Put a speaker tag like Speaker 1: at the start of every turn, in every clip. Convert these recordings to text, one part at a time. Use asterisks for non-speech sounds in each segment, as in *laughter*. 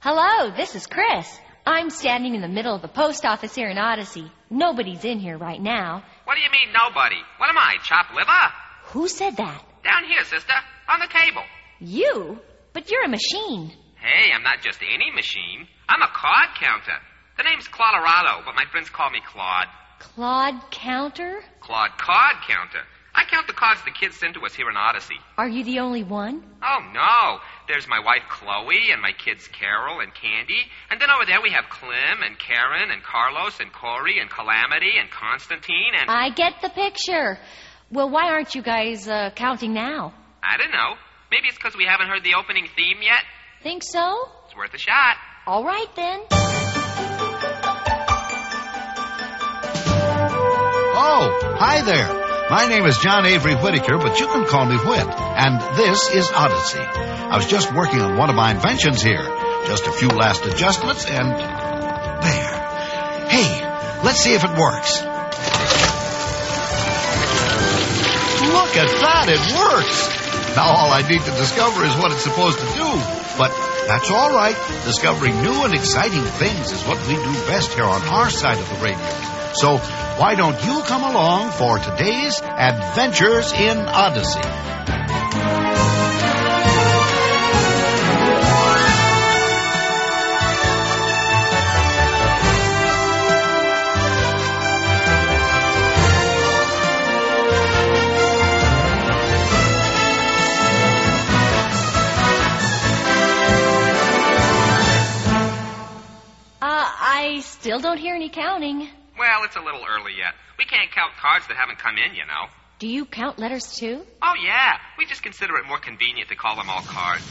Speaker 1: Hello, this is Chris. I'm standing in the middle of the post office here in Odyssey. Nobody's in here right now.
Speaker 2: What do you mean, nobody? What am I, chopped liver?
Speaker 1: Who said that?
Speaker 2: Down here, sister, on the cable.
Speaker 1: You? But you're a machine.
Speaker 2: Hey, I'm not just any machine. I'm a card counter. The name's Colorado, but my friends call me Claude.
Speaker 1: Claude Counter?
Speaker 2: Claude Card Counter. I count the cards the kids send to us here in Odyssey.
Speaker 1: Are you the only one?
Speaker 2: Oh, no. There's my wife Chloe and my kids Carol and Candy. And then over there we have Clem and Karen and Carlos and Corey and Calamity and Constantine and.
Speaker 1: I get the picture. Well, why aren't you guys uh, counting now?
Speaker 2: I don't know. Maybe it's because we haven't heard the opening theme yet.
Speaker 1: Think so?
Speaker 2: It's worth a shot.
Speaker 1: All right then.
Speaker 3: Oh, hi there. My name is John Avery Whitaker, but you can call me Whit, and this is Odyssey. I was just working on one of my inventions here. Just a few last adjustments, and there. Hey, let's see if it works. Look at that, it works! Now all I need to discover is what it's supposed to do. But that's all right. Discovering new and exciting things is what we do best here on our side of the radio. So why don't you come along for today's Adventures in Odyssey?
Speaker 1: Uh, I still don't hear any counting.
Speaker 2: Well, it's a little early yet. We can't count cards that haven't come in, you know.
Speaker 1: Do you count letters too?
Speaker 2: Oh, yeah. We just consider it more convenient to call them all cards.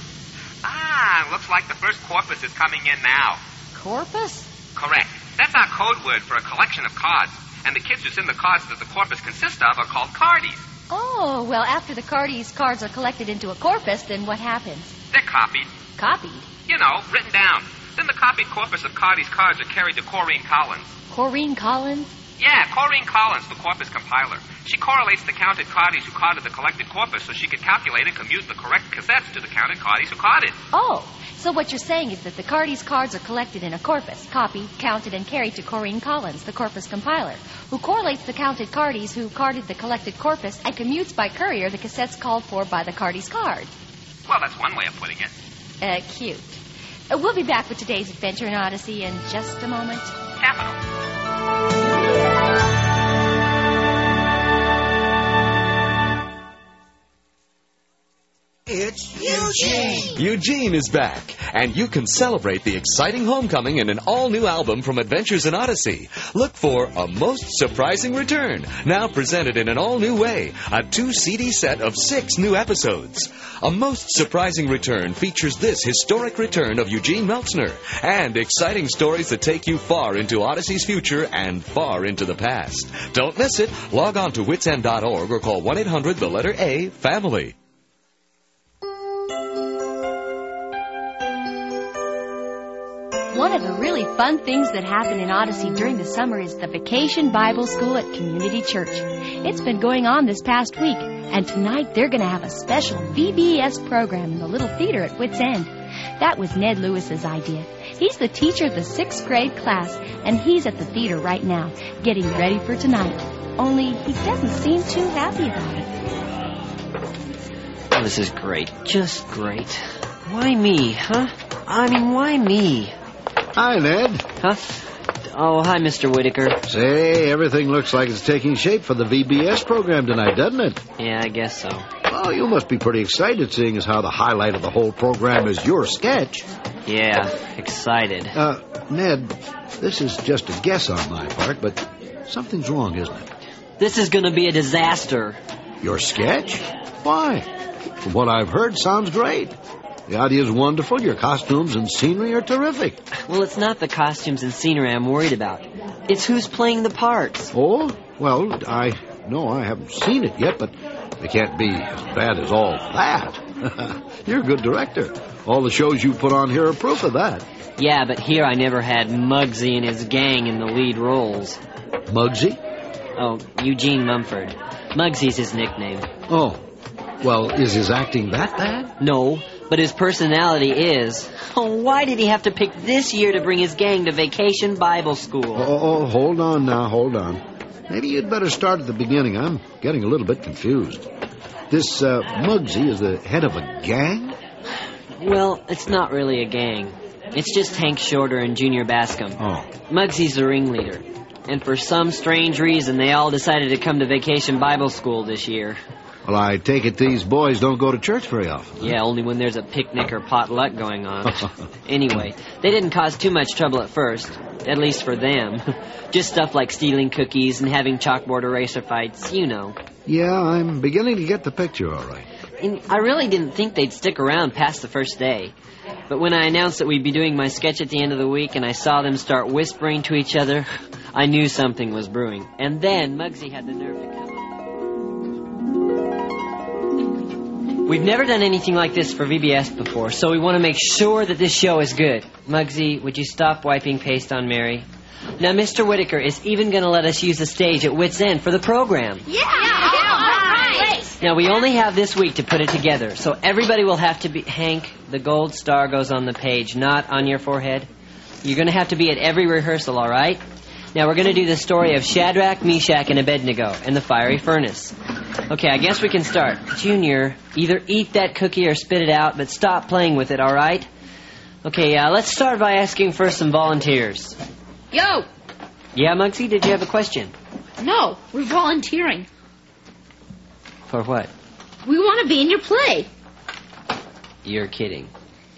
Speaker 2: Ah, looks like the first corpus is coming in now.
Speaker 1: Corpus?
Speaker 2: Correct. That's our code word for a collection of cards. And the kids who send the cards that the corpus consists of are called cardies.
Speaker 1: Oh, well, after the Cardi's cards are collected into a corpus, then what happens?
Speaker 2: They're copied,
Speaker 1: Copied.
Speaker 2: you know, written down. Then the copied corpus of Cardi's cards are carried to Corrine Collins.
Speaker 1: Corrine Collins?
Speaker 2: Yeah, Corrine Collins, the corpus compiler. She correlates the counted cardies who carded the collected corpus so she could calculate and commute the correct cassettes to the counted cardies who carded.
Speaker 1: Oh, so what you're saying is that the Cardi's cards are collected in a corpus, copied, counted, and carried to Corrine Collins, the corpus compiler, who correlates the counted Cardi's who carded the collected corpus and commutes by courier the cassettes called for by the Cardi's card.
Speaker 2: Well, that's one way of putting it.
Speaker 1: Uh, cute. Uh, we'll be back with today's adventure in Odyssey in just a moment.
Speaker 2: Capital.
Speaker 4: It's Eugene.
Speaker 5: Eugene is back, and you can celebrate the exciting homecoming in an all new album from Adventures in Odyssey. Look for A Most Surprising Return, now presented in an all new way, a two CD set of six new episodes. A Most Surprising Return features this historic return of Eugene Meltzner and exciting stories that take you far into Odyssey's future and far into the past. Don't miss it. Log on to witsend.org or call 1 800 the letter A Family.
Speaker 1: One of the really fun things that happen in Odyssey during the summer is the Vacation Bible School at Community Church. It's been going on this past week, and tonight they're going to have a special VBS program in the Little Theater at Wits End. That was Ned Lewis's idea. He's the teacher of the sixth grade class, and he's at the theater right now, getting ready for tonight. Only he doesn't seem too happy about it.
Speaker 6: Oh, this is great. Just great. Why me, huh? I mean, why me?
Speaker 3: Hi, Ned.
Speaker 6: Huh? Oh, hi, Mr. Whitaker.
Speaker 3: Say, everything looks like it's taking shape for the VBS program tonight, doesn't it?
Speaker 6: Yeah, I guess so.
Speaker 3: Oh, you must be pretty excited seeing as how the highlight of the whole program is your sketch.
Speaker 6: Yeah, excited.
Speaker 3: Uh, Ned, this is just a guess on my part, but something's wrong, isn't it?
Speaker 6: This is gonna be a disaster.
Speaker 3: Your sketch? Why? From what I've heard, sounds great. The idea's wonderful. Your costumes and scenery are terrific.
Speaker 6: Well, it's not the costumes and scenery I'm worried about. It's who's playing the parts.
Speaker 3: Oh? Well, I. No, I haven't seen it yet, but it can't be as bad as all that. *laughs* You're a good director. All the shows you put on here are proof of that.
Speaker 6: Yeah, but here I never had Muggsy and his gang in the lead roles.
Speaker 3: Muggsy?
Speaker 6: Oh, Eugene Mumford. Muggsy's his nickname.
Speaker 3: Oh. Well, is his acting that bad?
Speaker 6: No, But his personality is. *laughs* Oh, why did he have to pick this year to bring his gang to vacation Bible
Speaker 4: Oh,
Speaker 6: school?
Speaker 4: oh, oh, hold on now, hold on. Maybe you'd better start at the beginning. I'm getting a little bit confused. This uh, Muggsy is the head of a gang?
Speaker 6: Well, it's not really a gang. It's just Hank Shorter and Junior Bascom.
Speaker 4: Oh,
Speaker 6: Muggsy's the ringleader. And for some strange reason, they all decided to come to vacation Bible school this year.
Speaker 4: well, I take it these boys don't go to church very often.
Speaker 6: Yeah, only when there's a picnic or potluck going on. anyway, they didn't cause too much trouble at first, at least for them. *laughs* Just stuff like stealing cookies and having chalkboard eraser fights, you know.
Speaker 4: Yeah, I'm beginning to get the picture, all right.
Speaker 6: And I really didn't think they'd stick around past the first day. But when I announced that we'd be doing my sketch at the end of the week and I saw them start whispering to each other, *laughs* I knew something was brewing. And then Muggsy had the nerve to come. We've never done anything like this for VBS before, so we want to make sure that this show is good. Muggsy, would you stop wiping paste on Mary? Now, Mr. Whitaker is even going to let us use the stage at Wits End for the program.
Speaker 7: Yeah, right.
Speaker 6: Now we only have this week to put it together, so everybody will have to be. Hank, the gold star goes on the page, not on your forehead. You're going to have to be at every rehearsal, all right? Now we're going to do the story of Shadrach, Meshach, and Abednego and the fiery furnace. Okay, I guess we can start. Junior, either eat that cookie or spit it out, but stop playing with it, all right? Okay, uh, let's start by asking for some volunteers.
Speaker 7: Yo,
Speaker 6: Yeah, Muggsy, did you have a question?
Speaker 7: no, we're volunteering.
Speaker 6: For what?
Speaker 7: We want to be in your play.
Speaker 6: You're kidding.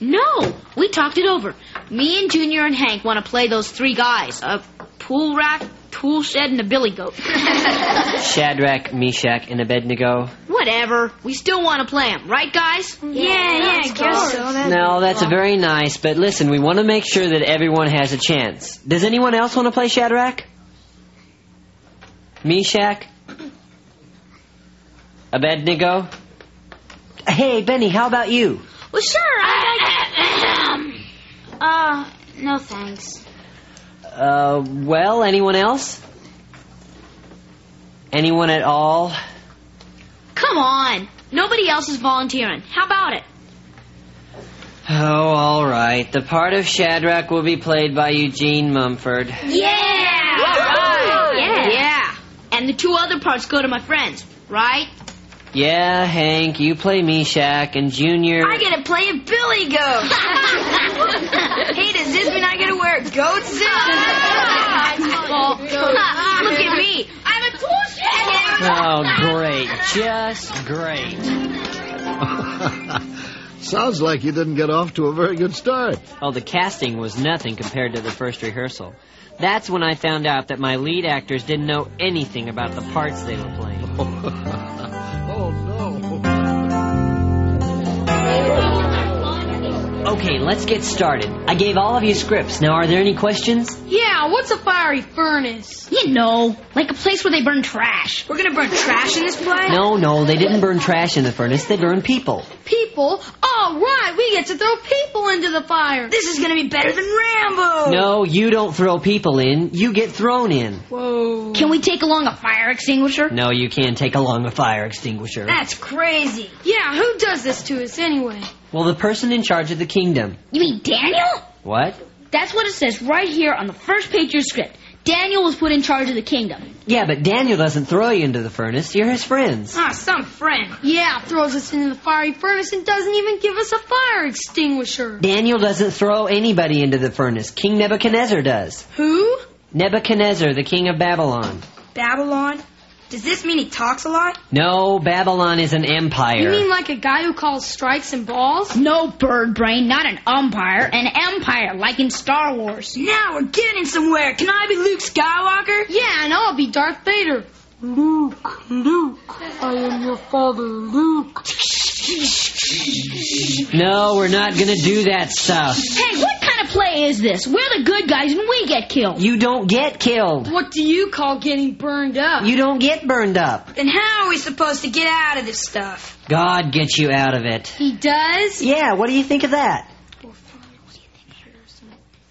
Speaker 7: No, we talked it over. Me and Junior and Hank want to play those three guys: a pool rack, tool shed, and a billy *laughs* goat.
Speaker 6: Shadrach, Meshach, and Abednego.
Speaker 7: Whatever. We still want to play 'em, right, guys? Yeah, yeah, I guess so.
Speaker 6: No, that's a very nice, but listen, we want to make sure that everyone has a chance. Does anyone else want to play Shadrach? Meshach? Abednego? Hey, Benny, how about you?
Speaker 7: Well, sure. I like. uh, no thanks.
Speaker 6: Uh, well, anyone else? Anyone at all?
Speaker 7: Come on. Nobody else is volunteering. How about it?
Speaker 6: Oh, all right. The part of Shadrach will be played by Eugene Mumford.
Speaker 7: Yeah. Yeah. Yeah. And the two other parts go to my friends, right?
Speaker 6: Yeah, Hank, you play Meshach, and Junior.
Speaker 7: I get to play a billy *laughs* goat. hey, does this mean I get to wear goat *laughs* well, look at me. I'm a tool
Speaker 6: Oh, great. Just great.
Speaker 4: *laughs* Sounds like you didn't get off to a very good start.
Speaker 6: Well, the casting was nothing compared to the first rehearsal. That's when I found out that my lead actors didn't know anything about the parts they were playing.
Speaker 4: oh, no.
Speaker 6: Okay, let's get started. I gave all of you scripts. Now, are there any questions?
Speaker 7: Yeah, what's a fiery furnace? You know, like a place where they burn trash. We're gonna burn trash in this play?
Speaker 6: No, no, they didn't burn trash in the furnace. They burned people.
Speaker 7: People? All right, we get to throw people into the fire. This is gonna be better than Rambo.
Speaker 6: No, you don't throw people in. You get thrown in.
Speaker 7: Whoa. Can we take along a fire extinguisher?
Speaker 6: No, you can't take along a fire extinguisher.
Speaker 7: That's crazy. Yeah, who does this to us anyway?
Speaker 6: Well, the person in charge of the kingdom.
Speaker 7: You mean Daniel?
Speaker 6: What?
Speaker 7: That's what it says right here on the first page of your script. Daniel was put in charge of the kingdom.
Speaker 6: Yeah, but Daniel doesn't throw you into the furnace. You're his friends.
Speaker 7: Ah, some friend. Yeah, throws us into the fiery furnace and doesn't even give us a fire extinguisher.
Speaker 6: Daniel doesn't throw anybody into the furnace. King Nebuchadnezzar does.
Speaker 7: Who?
Speaker 6: Nebuchadnezzar, the king of Babylon.
Speaker 7: Babylon. Does this mean he talks a lot?
Speaker 6: No, Babylon is an empire.
Speaker 7: like a guy who calls strikes and balls? No, bird brain, not an umpire. An empire, like in Star Wars. Now we're getting somewhere. Can I be Luke Skywalker? Yeah, and I'll be Darth Vader. Luke, Luke, I am your father, Luke.
Speaker 6: no, we're not gonna do that stuff.
Speaker 7: Hey, what kind of play is this? We're the good guys and we get killed.
Speaker 6: You don't get killed.
Speaker 7: What do you call getting burned up?
Speaker 6: You don't get burned up.
Speaker 7: Then how are we supposed to get out of this stuff?
Speaker 6: God gets you out of it.
Speaker 7: He does?
Speaker 6: Yeah, what do you think of that?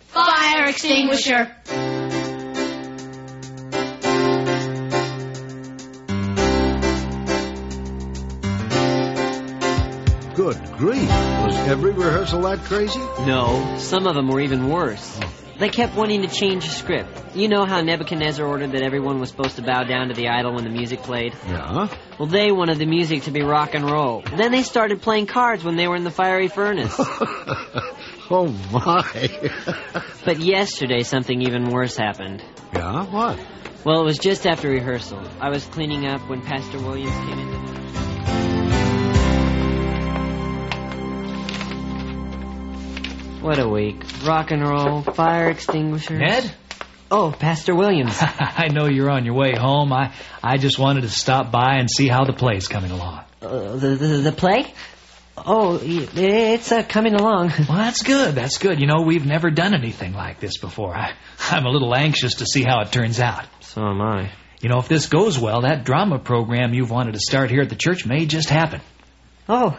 Speaker 7: Fire extinguisher.
Speaker 4: Good
Speaker 3: agree. Was every rehearsal that crazy?
Speaker 6: No, some of them were even worse. They kept wanting to change the script. You know how Nebuchadnezzar ordered that everyone was supposed to bow down to the idol when the music played?
Speaker 4: *laughs*
Speaker 3: Yeah.
Speaker 6: Well, they wanted the music to be rock and roll. Then they started playing cards when they were in the fiery
Speaker 3: *laughs*
Speaker 6: furnace.
Speaker 3: oh, my.
Speaker 6: but yesterday, something even worse happened.
Speaker 3: yeah, what?
Speaker 6: Well, it was just after rehearsal. I was cleaning up when Pastor Williams came in. What a week. Rock and roll, fire extinguisher.
Speaker 8: Ned?
Speaker 6: Oh, Pastor Williams.
Speaker 8: *laughs* I know you're on your way home. I, I just wanted to stop by and see how the play's coming along.
Speaker 6: Uh, the, the, the play? Oh, y- it's uh, coming along. *laughs*
Speaker 8: Well, that's good. That's good. You know, we've never done anything like this before. I, *laughs* I'm a little anxious to see how it turns out.
Speaker 6: So am I.
Speaker 8: You know, if this goes well, that drama program you've wanted to start here at the church may just happen.
Speaker 6: Oh,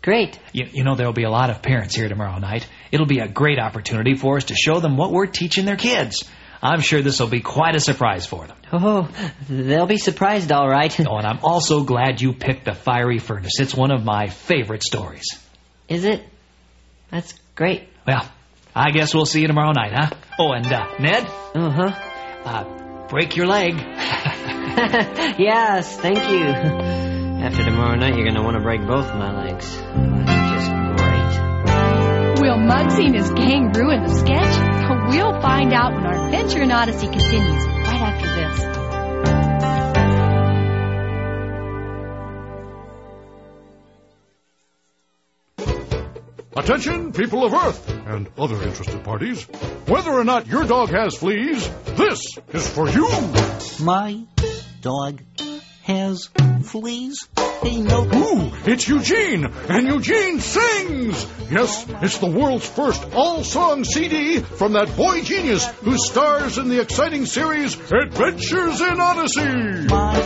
Speaker 6: great.
Speaker 8: You, you know, there'll be a lot of parents here tomorrow night. It'll be a great opportunity for us to show them what we're teaching their kids. I'm sure this will be quite a surprise for them.
Speaker 6: Oh, they'll be surprised, all right.
Speaker 8: Oh, and I'm also glad you picked the fiery furnace. It's one of my favorite stories.
Speaker 6: Is it? That's great.
Speaker 8: Well, I guess we'll see you tomorrow night, huh? Oh, and uh, Ned,
Speaker 6: Uh huh.
Speaker 8: uh, break your leg.
Speaker 6: *laughs* yes, thank you. After tomorrow night, you're going to want to break both my legs. Just great.
Speaker 1: Will Muggsy and his gang ruin the sketch? We'll find out when our adventure in Odyssey continues right after this.
Speaker 9: Attention, people of Earth and other interested parties. Whether or not your dog has fleas, this is for you.
Speaker 10: My dog has fleas. Hey, no.
Speaker 9: Ooh, it's Eugene, and Eugene sings! Yes, it's the world's first all song CD from that boy genius who stars in the exciting series Adventures in Odyssey!
Speaker 10: My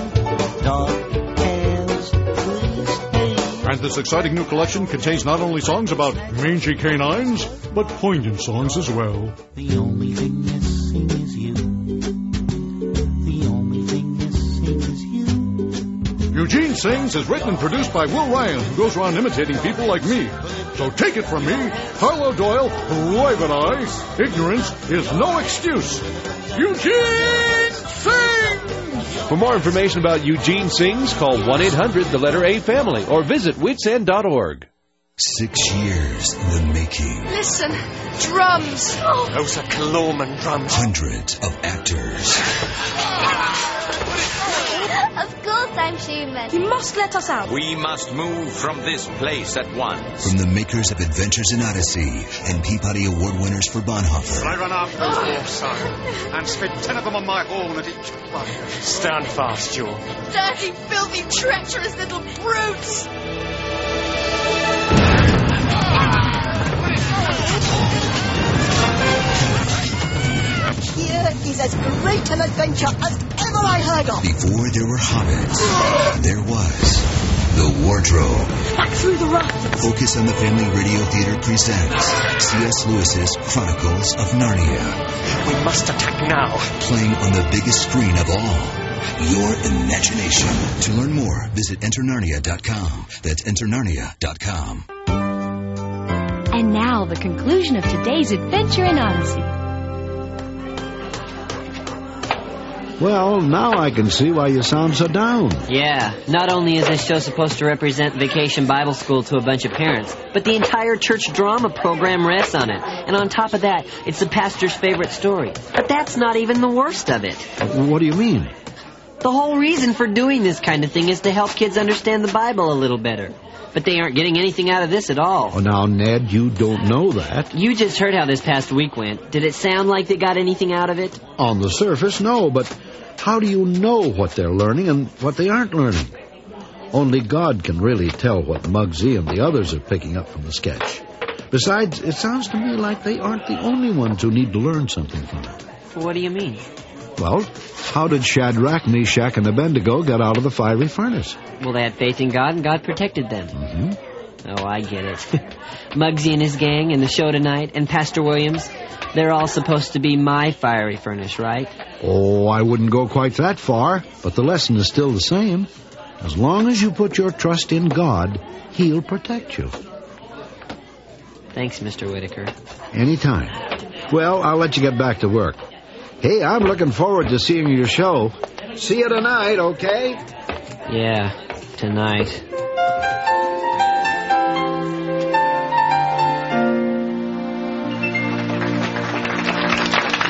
Speaker 10: dog has fleas. Hey,
Speaker 9: And this exciting new collection contains not only songs about mangy canines, but poignant songs as well.
Speaker 10: the only thing missing is you. The only thing missing is you.
Speaker 9: Eugene Sings is written and produced by Will Ryan, who goes around imitating people like me. So take it from me, Harlow Doyle, Roy Van I, ignorance is no excuse. Eugene Sings!
Speaker 11: For more information about Eugene Sings, call 1 800 the letter A family or visit witsend.org.
Speaker 5: Six years in the making.
Speaker 7: Listen, drums.
Speaker 5: Oh. Those are Kaloman drums. Hundreds of actors.
Speaker 7: *laughs* Of course I'm human. You must let us out.
Speaker 11: We must move from this place at once.
Speaker 5: From the makers of Adventures in Odyssey and Peabody Award winners for Bonhoeffer.
Speaker 10: I run after those wolves, son, and spit ten of them on my horn at each one.
Speaker 11: Stand fast, Jewel.
Speaker 7: Dirty, filthy, treacherous little brutes.
Speaker 10: Here is as great an adventure as ever I heard of.
Speaker 5: Before there were hobbits, there was the wardrobe.
Speaker 10: Back through the rafters.
Speaker 5: Focus on the Family Radio Theater presents C.S. Lewis's Chronicles of Narnia,
Speaker 10: We must attack now.
Speaker 5: playing on the biggest screen of all, your imagination. To learn more, visit enternarnia.com. That's enternarnia.com.
Speaker 1: And now, the conclusion of today's adventure in Odyssey.
Speaker 3: Well, now I can see why you sound so down.
Speaker 6: Yeah, not only is this show supposed to represent Vacation Bible School to a bunch of parents, but the entire church drama program rests on it. And on top of that, it's the pastor's favorite story. But that's not even the worst of it.
Speaker 3: What do you mean?
Speaker 6: The whole reason for doing this kind of thing is to help kids understand the Bible a little better. But they aren't getting anything out of this at
Speaker 3: Oh,
Speaker 6: all.
Speaker 3: now, Ned, you don't know that.
Speaker 6: You just heard how this past week went. Did it sound like they got anything out of it?
Speaker 3: On the surface, no, but how do you know what they're learning and what they aren't learning? Only God can really tell what Muggsy and the others are picking up from the sketch. Besides, it sounds to me like they aren't the only ones who need to learn something from it.
Speaker 6: What do you mean?
Speaker 3: Well, how did Shadrach, Meshach, and Abednego get out of the fiery furnace?
Speaker 6: Well, they had faith in God and God protected them.
Speaker 3: hmm
Speaker 6: Oh, I get it. *laughs* Muggsy and his gang and the show tonight and Pastor Williams, they're all supposed to be my fiery furnace, right?
Speaker 3: Oh, I wouldn't go quite that far, but the lesson is still the same. As long as you put your trust in God, He'll protect you.
Speaker 6: Thanks, Mr. Whitaker.
Speaker 4: Anytime. Well, I'll let you get back to work. Hey, I'm looking forward to seeing your show. See you tonight, okay?
Speaker 6: Yeah, tonight.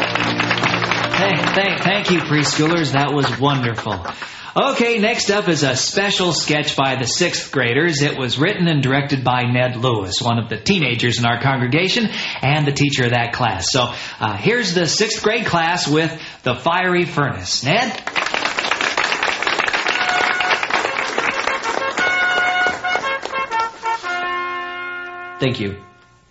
Speaker 8: Hey, thank, thank you, preschoolers. That was wonderful. Okay, next up is a special sketch by the sixth graders. It was written and directed by Ned Lewis, one of the teenagers in our congregation and the teacher of that class. So uh, here's the sixth grade class with The Fiery Furnace. Ned?
Speaker 6: Thank you.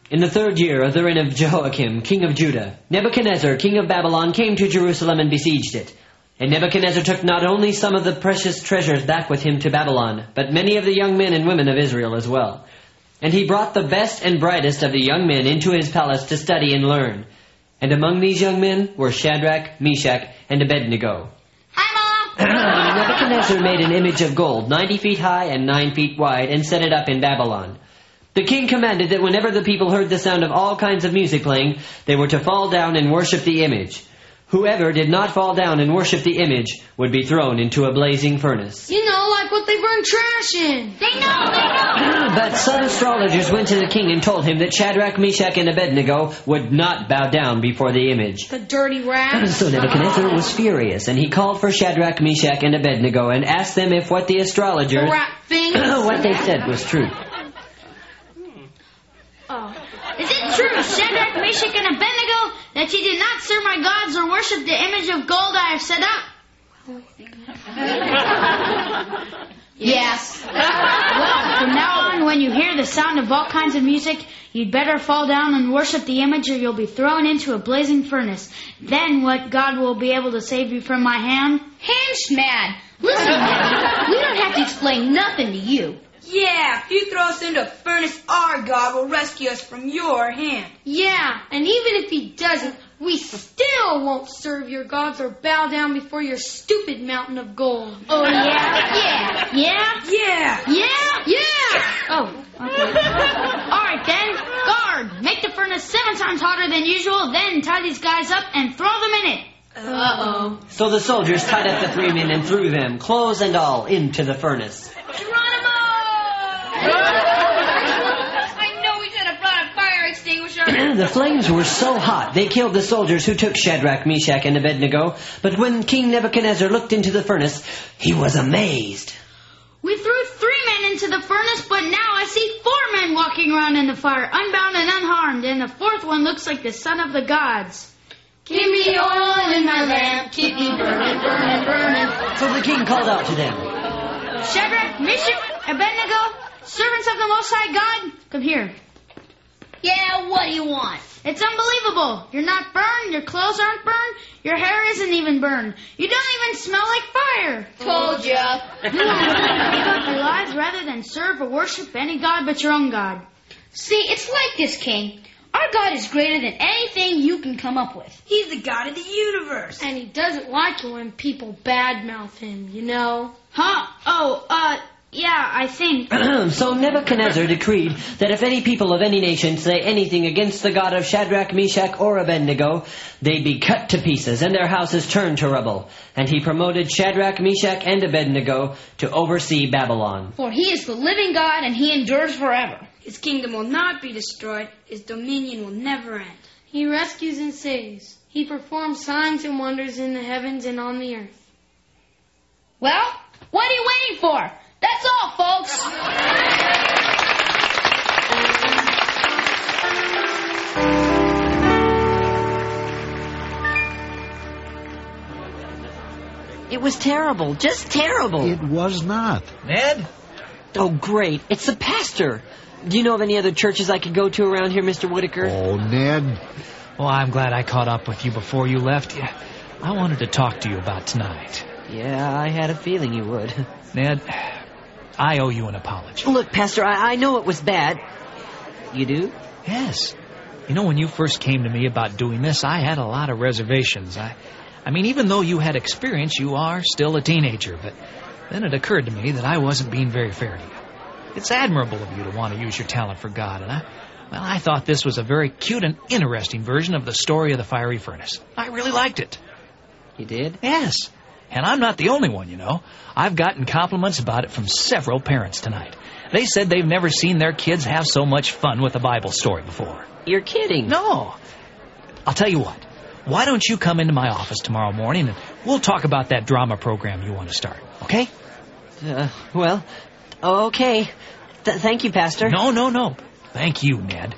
Speaker 6: In the third year of the reign of Jehoiakim, king of Judah, Nebuchadnezzar, king of Babylon, came to Jerusalem and besieged it. And Nebuchadnezzar took not only some of the precious treasures back with him to Babylon, but many of the young men and women of Israel as well. And he brought the best and brightest of the young men into his palace to study and learn. And among these young men were Shadrach, Meshach, and Abednego. And Nebuchadnezzar made an image of gold, ninety feet high and nine feet wide, and set it up in Babylon. The king commanded that whenever the people heard the sound of all kinds of music playing, they were to fall down and worship the image. Whoever did not fall down and worship the image would be thrown into a blazing furnace. *clears throat*
Speaker 7: You know, like what they burn trash in. They know, they know.
Speaker 6: But some astrologers went to the king and told him that Shadrach, Meshach, and Abednego would not bow down before the image. *clears throat*
Speaker 7: The dirty rats.
Speaker 6: So
Speaker 12: *laughs*
Speaker 6: Nebuchadnezzar was furious, and he called for Shadrach, Meshach, and Abednego and asked them if what the astrologers,
Speaker 7: Rat
Speaker 6: *clears throat* *laughs*
Speaker 7: things.
Speaker 6: what they said was true.
Speaker 12: Is it true, Shadrach, Meshach, and Abednego, that you did not serve my gods or worship the image of gold I have set
Speaker 7: *laughs*
Speaker 12: up?
Speaker 7: Yes.
Speaker 12: Well, from now on, when you hear the sound of all kinds of music, you'd better fall down and worship the image or you'll be thrown into a blazing furnace. Then what God will be able to save you from my hand?
Speaker 7: Ham's mad. Listen, we don't have to explain nothing to you.
Speaker 10: Yeah, if you throw us into a furnace, our God will rescue us from your hand.
Speaker 7: Yeah, and even if he doesn't, we still won't serve your gods or bow down before your stupid mountain of gold.
Speaker 12: Oh, yeah?
Speaker 7: Yeah. Yeah?
Speaker 10: Yeah.
Speaker 7: Yeah? Yeah!
Speaker 12: Oh, okay. All right, then. Guard, make the furnace seven times hotter than usual, then tie these guys up and throw them in it.
Speaker 6: *laughs*
Speaker 7: Uh-oh.
Speaker 6: So the soldiers tied up the three men and threw them, clothes and all, into the furnace. *clears throat*
Speaker 10: I know we should have brought a fire extinguisher.
Speaker 6: the flames were so hot they killed the soldiers who took Shadrach, Meshach, and Abednego. But when King Nebuchadnezzar looked into the furnace, he was amazed.
Speaker 12: *coughs* We threw three men into the furnace, but now I see four men walking around in the fire, unbound and unharmed, and the fourth one looks like the son of the gods.
Speaker 7: Give me oil in my lamp, keep me burning, burning, burning.
Speaker 6: So the king called out to them.
Speaker 12: Shadrach, Meshach, Abednego, servants of the Most High God, come here.
Speaker 7: Yeah, what do you want?
Speaker 12: It's unbelievable. You're not burned, your clothes aren't burned, your hair isn't even burned. You don't even smell like fire.
Speaker 7: Told ya.
Speaker 12: You want to give up your lives rather than serve or worship any god but your own god.
Speaker 7: See, it's like this, King. Our God is greater than anything you can come up with.
Speaker 10: He's the God of the universe.
Speaker 7: And he doesn't like it when people badmouth him, you know?
Speaker 12: Huh? Oh, uh, yeah, I think.
Speaker 6: *clears throat* so Nebuchadnezzar decreed that if any people of any nation say anything against the God of Shadrach, Meshach, or Abednego, they be cut to pieces and their houses turned to rubble. And he promoted Shadrach, Meshach, and Abednego to oversee Babylon.
Speaker 7: For he is the living God and he endures forever.
Speaker 10: His kingdom will not be destroyed. His dominion will never end.
Speaker 7: He rescues and saves. He performs signs and wonders in the heavens and on the earth. Well, what are you waiting for? That's all, folks.
Speaker 6: It was terrible, just terrible.
Speaker 4: It was not.
Speaker 8: Ned?
Speaker 6: Oh, great. It's the pastor. Do you know of any other churches I could go to around here, Mr. Whitaker?
Speaker 4: Oh, Ned.
Speaker 8: Well, I'm glad I caught up with you before you left. Yeah, I wanted to talk to you about tonight.
Speaker 6: Yeah, I had a feeling you would. *laughs*
Speaker 8: Ned, I owe you an apology.
Speaker 6: Look, Pastor, I, I know it was bad. You do?
Speaker 8: Yes. You know, when you first came to me about doing this, I had a lot of reservations. I, I mean, even though you had experience, you are still a teenager. But then it occurred to me that I wasn't being very fair to you. It's admirable of you to want to use your talent for God, and I, Well, I thought this was a very cute and interesting version of the story of the fiery furnace. I really liked it.
Speaker 6: You did?
Speaker 8: Yes. And I'm not the only one, you know. I've gotten compliments about it from several parents tonight. They said they've never seen their kids have so much fun with a Bible story before.
Speaker 6: You're kidding.
Speaker 8: No. I'll tell you what. Why don't you come into my office tomorrow morning and we'll talk about that drama program you want to start, okay?
Speaker 6: Uh, well, okay. Th- thank you, Pastor.
Speaker 8: No, no, no. Thank you, Ned.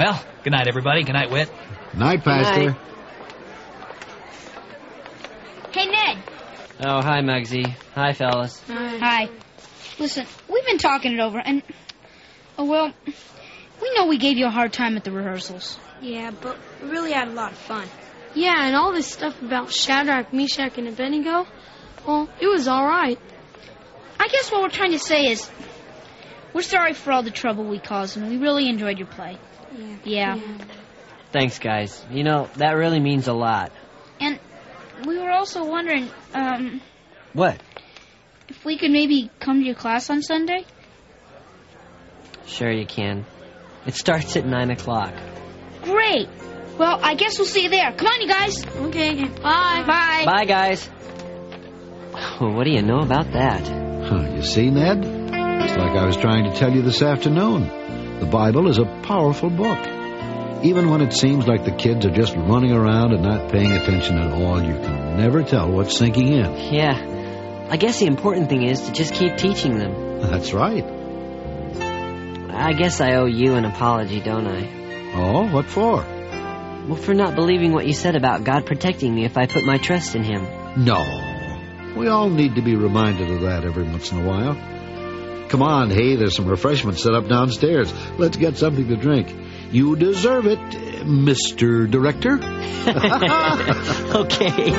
Speaker 8: Well, good night, everybody. Good night, Whit.
Speaker 4: Night,
Speaker 6: Pastor. night.
Speaker 7: Hey, Ned.
Speaker 6: Oh, hi, Muggsy. Hi, fellas.
Speaker 7: Hi. Listen, we've been talking it over, and. Oh, well, we know we gave you a hard time at the rehearsals.
Speaker 13: Yeah, but we really had a lot of fun.
Speaker 14: Yeah, and all this stuff about Shadrach, Meshach, and Abednego, well, it was all right.
Speaker 7: I guess what we're trying to say is we're sorry for all the trouble we caused, and we really enjoyed your play.
Speaker 13: Yeah.
Speaker 7: Yeah.
Speaker 6: Thanks, guys. You know, that really means a lot.
Speaker 7: And we were also wondering um,
Speaker 6: What?
Speaker 7: if we could maybe come to your class on Sunday.
Speaker 6: Sure, you can. It starts at 9 o'clock.
Speaker 7: Great. Well, I guess we'll see you there. Come on, you guys.
Speaker 13: Okay.
Speaker 7: Bye. Bye.
Speaker 6: Bye, guys. Well, what do you know about that?
Speaker 4: Huh, you see, Ned? It's like I was trying to tell you this afternoon. The Bible is a powerful book. Even when it seems like the kids are just running around and not paying attention at all, you can never tell what's sinking in.
Speaker 6: Yeah. I guess the important thing is to just keep teaching them.
Speaker 4: That's right.
Speaker 6: I guess I owe you an apology, don't I?
Speaker 4: Oh, what for?
Speaker 6: Well, for not believing what you said about God protecting me if I put my trust in Him.
Speaker 4: No. We all need to be reminded of that every once in a while. Come on, hey, there's some refreshments set up downstairs. Let's get something to drink. You deserve it, Mr. Director.
Speaker 6: okay.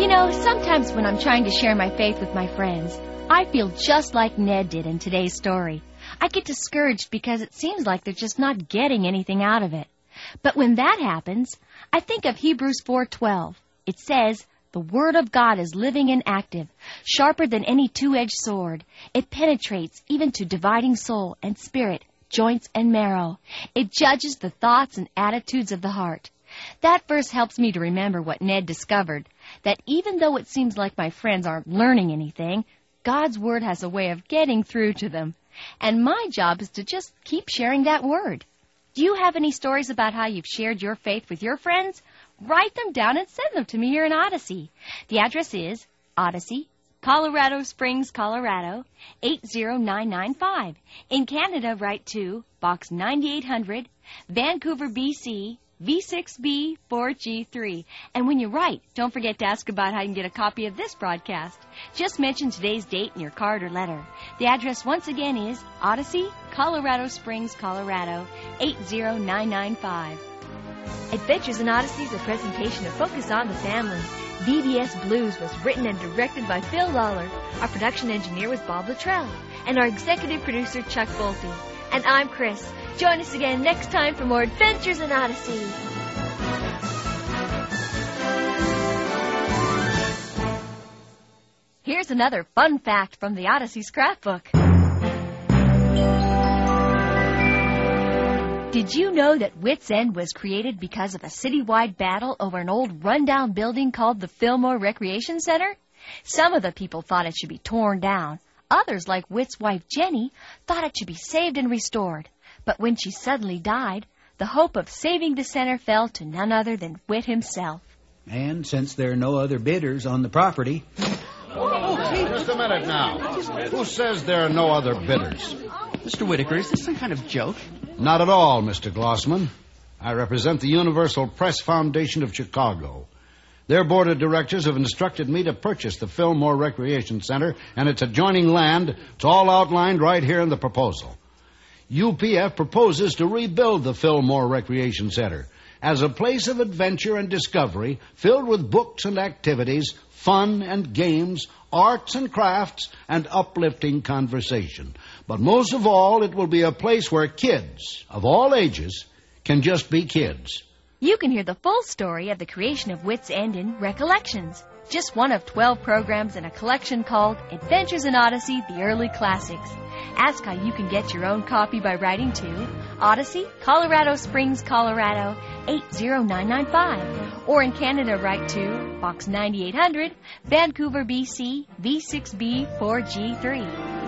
Speaker 1: You know, sometimes when I'm trying to share my faith with my friends, I feel just like Ned did in today's story. I get discouraged because it seems like they're just not getting anything out of it. But when that happens, I think of Hebrews 4:12. It says, "The word of God is living and active, sharper than any two-edged sword. It penetrates even to dividing soul and spirit, joints and marrow. It judges the thoughts and attitudes of the heart." That verse helps me to remember what Ned discovered that even though it seems like my friends aren't learning anything, God's Word has a way of getting through to them. And my job is to just keep sharing that Word. Do you have any stories about how you've shared your faith with your friends? Write them down and send them to me here in Odyssey. The address is Odyssey, Colorado Springs, Colorado, 80995. In Canada, write to Box 9800, Vancouver, BC, V6B4G3. And when you write, don't forget to ask about how you can get a copy of this broadcast. Just mention today's date in your card or letter. The address once again is Odyssey, Colorado Springs, Colorado, 80995. Adventures in Odyssey is a presentation of Focus on the Family. VBS Blues was written and directed by Phil Lawler. Our production engineer was Bob Luttrell. And our executive producer, Chuck Bolte. And I'm Chris. Join us again next time for more Adventures in Odyssey. Here's another fun fact from the Odyssey Scrapbook. Did you know that Wits End was created because of a citywide battle over an old rundown building called the Fillmore Recreation Center? Some of the people thought it should be torn down. Others, like Wit's wife Jenny, thought it should be saved and restored. But when she suddenly died, the hope of saving the center fell to none other than Wit himself.
Speaker 15: *laughs* And since there are no other bidders on the property,
Speaker 3: Just a minute now. Who says there are no other bidders?
Speaker 15: Mr. Whitaker, is this some kind of joke?
Speaker 3: Not at all, Mr. Glossman. I represent the Universal Press Foundation of Chicago. Their board of directors have instructed me to purchase the Fillmore Recreation Center and its adjoining land. It's all outlined right here in the proposal. UPF proposes to rebuild the Fillmore Recreation Center as a place of adventure and discovery filled with books and activities fun and games, arts and crafts, and uplifting conversation. But most of all, it will be a place where kids of all ages can just be kids.
Speaker 1: You can hear the full story of the creation of Wits End in Recollections, just one of 12 programs in a collection called Adventures in Odyssey The Early Classics. Ask how you can get your own copy by writing to Odyssey, Colorado Springs, Colorado 80995, or in Canada, write to Box 9800, Vancouver, BC V6B4G3.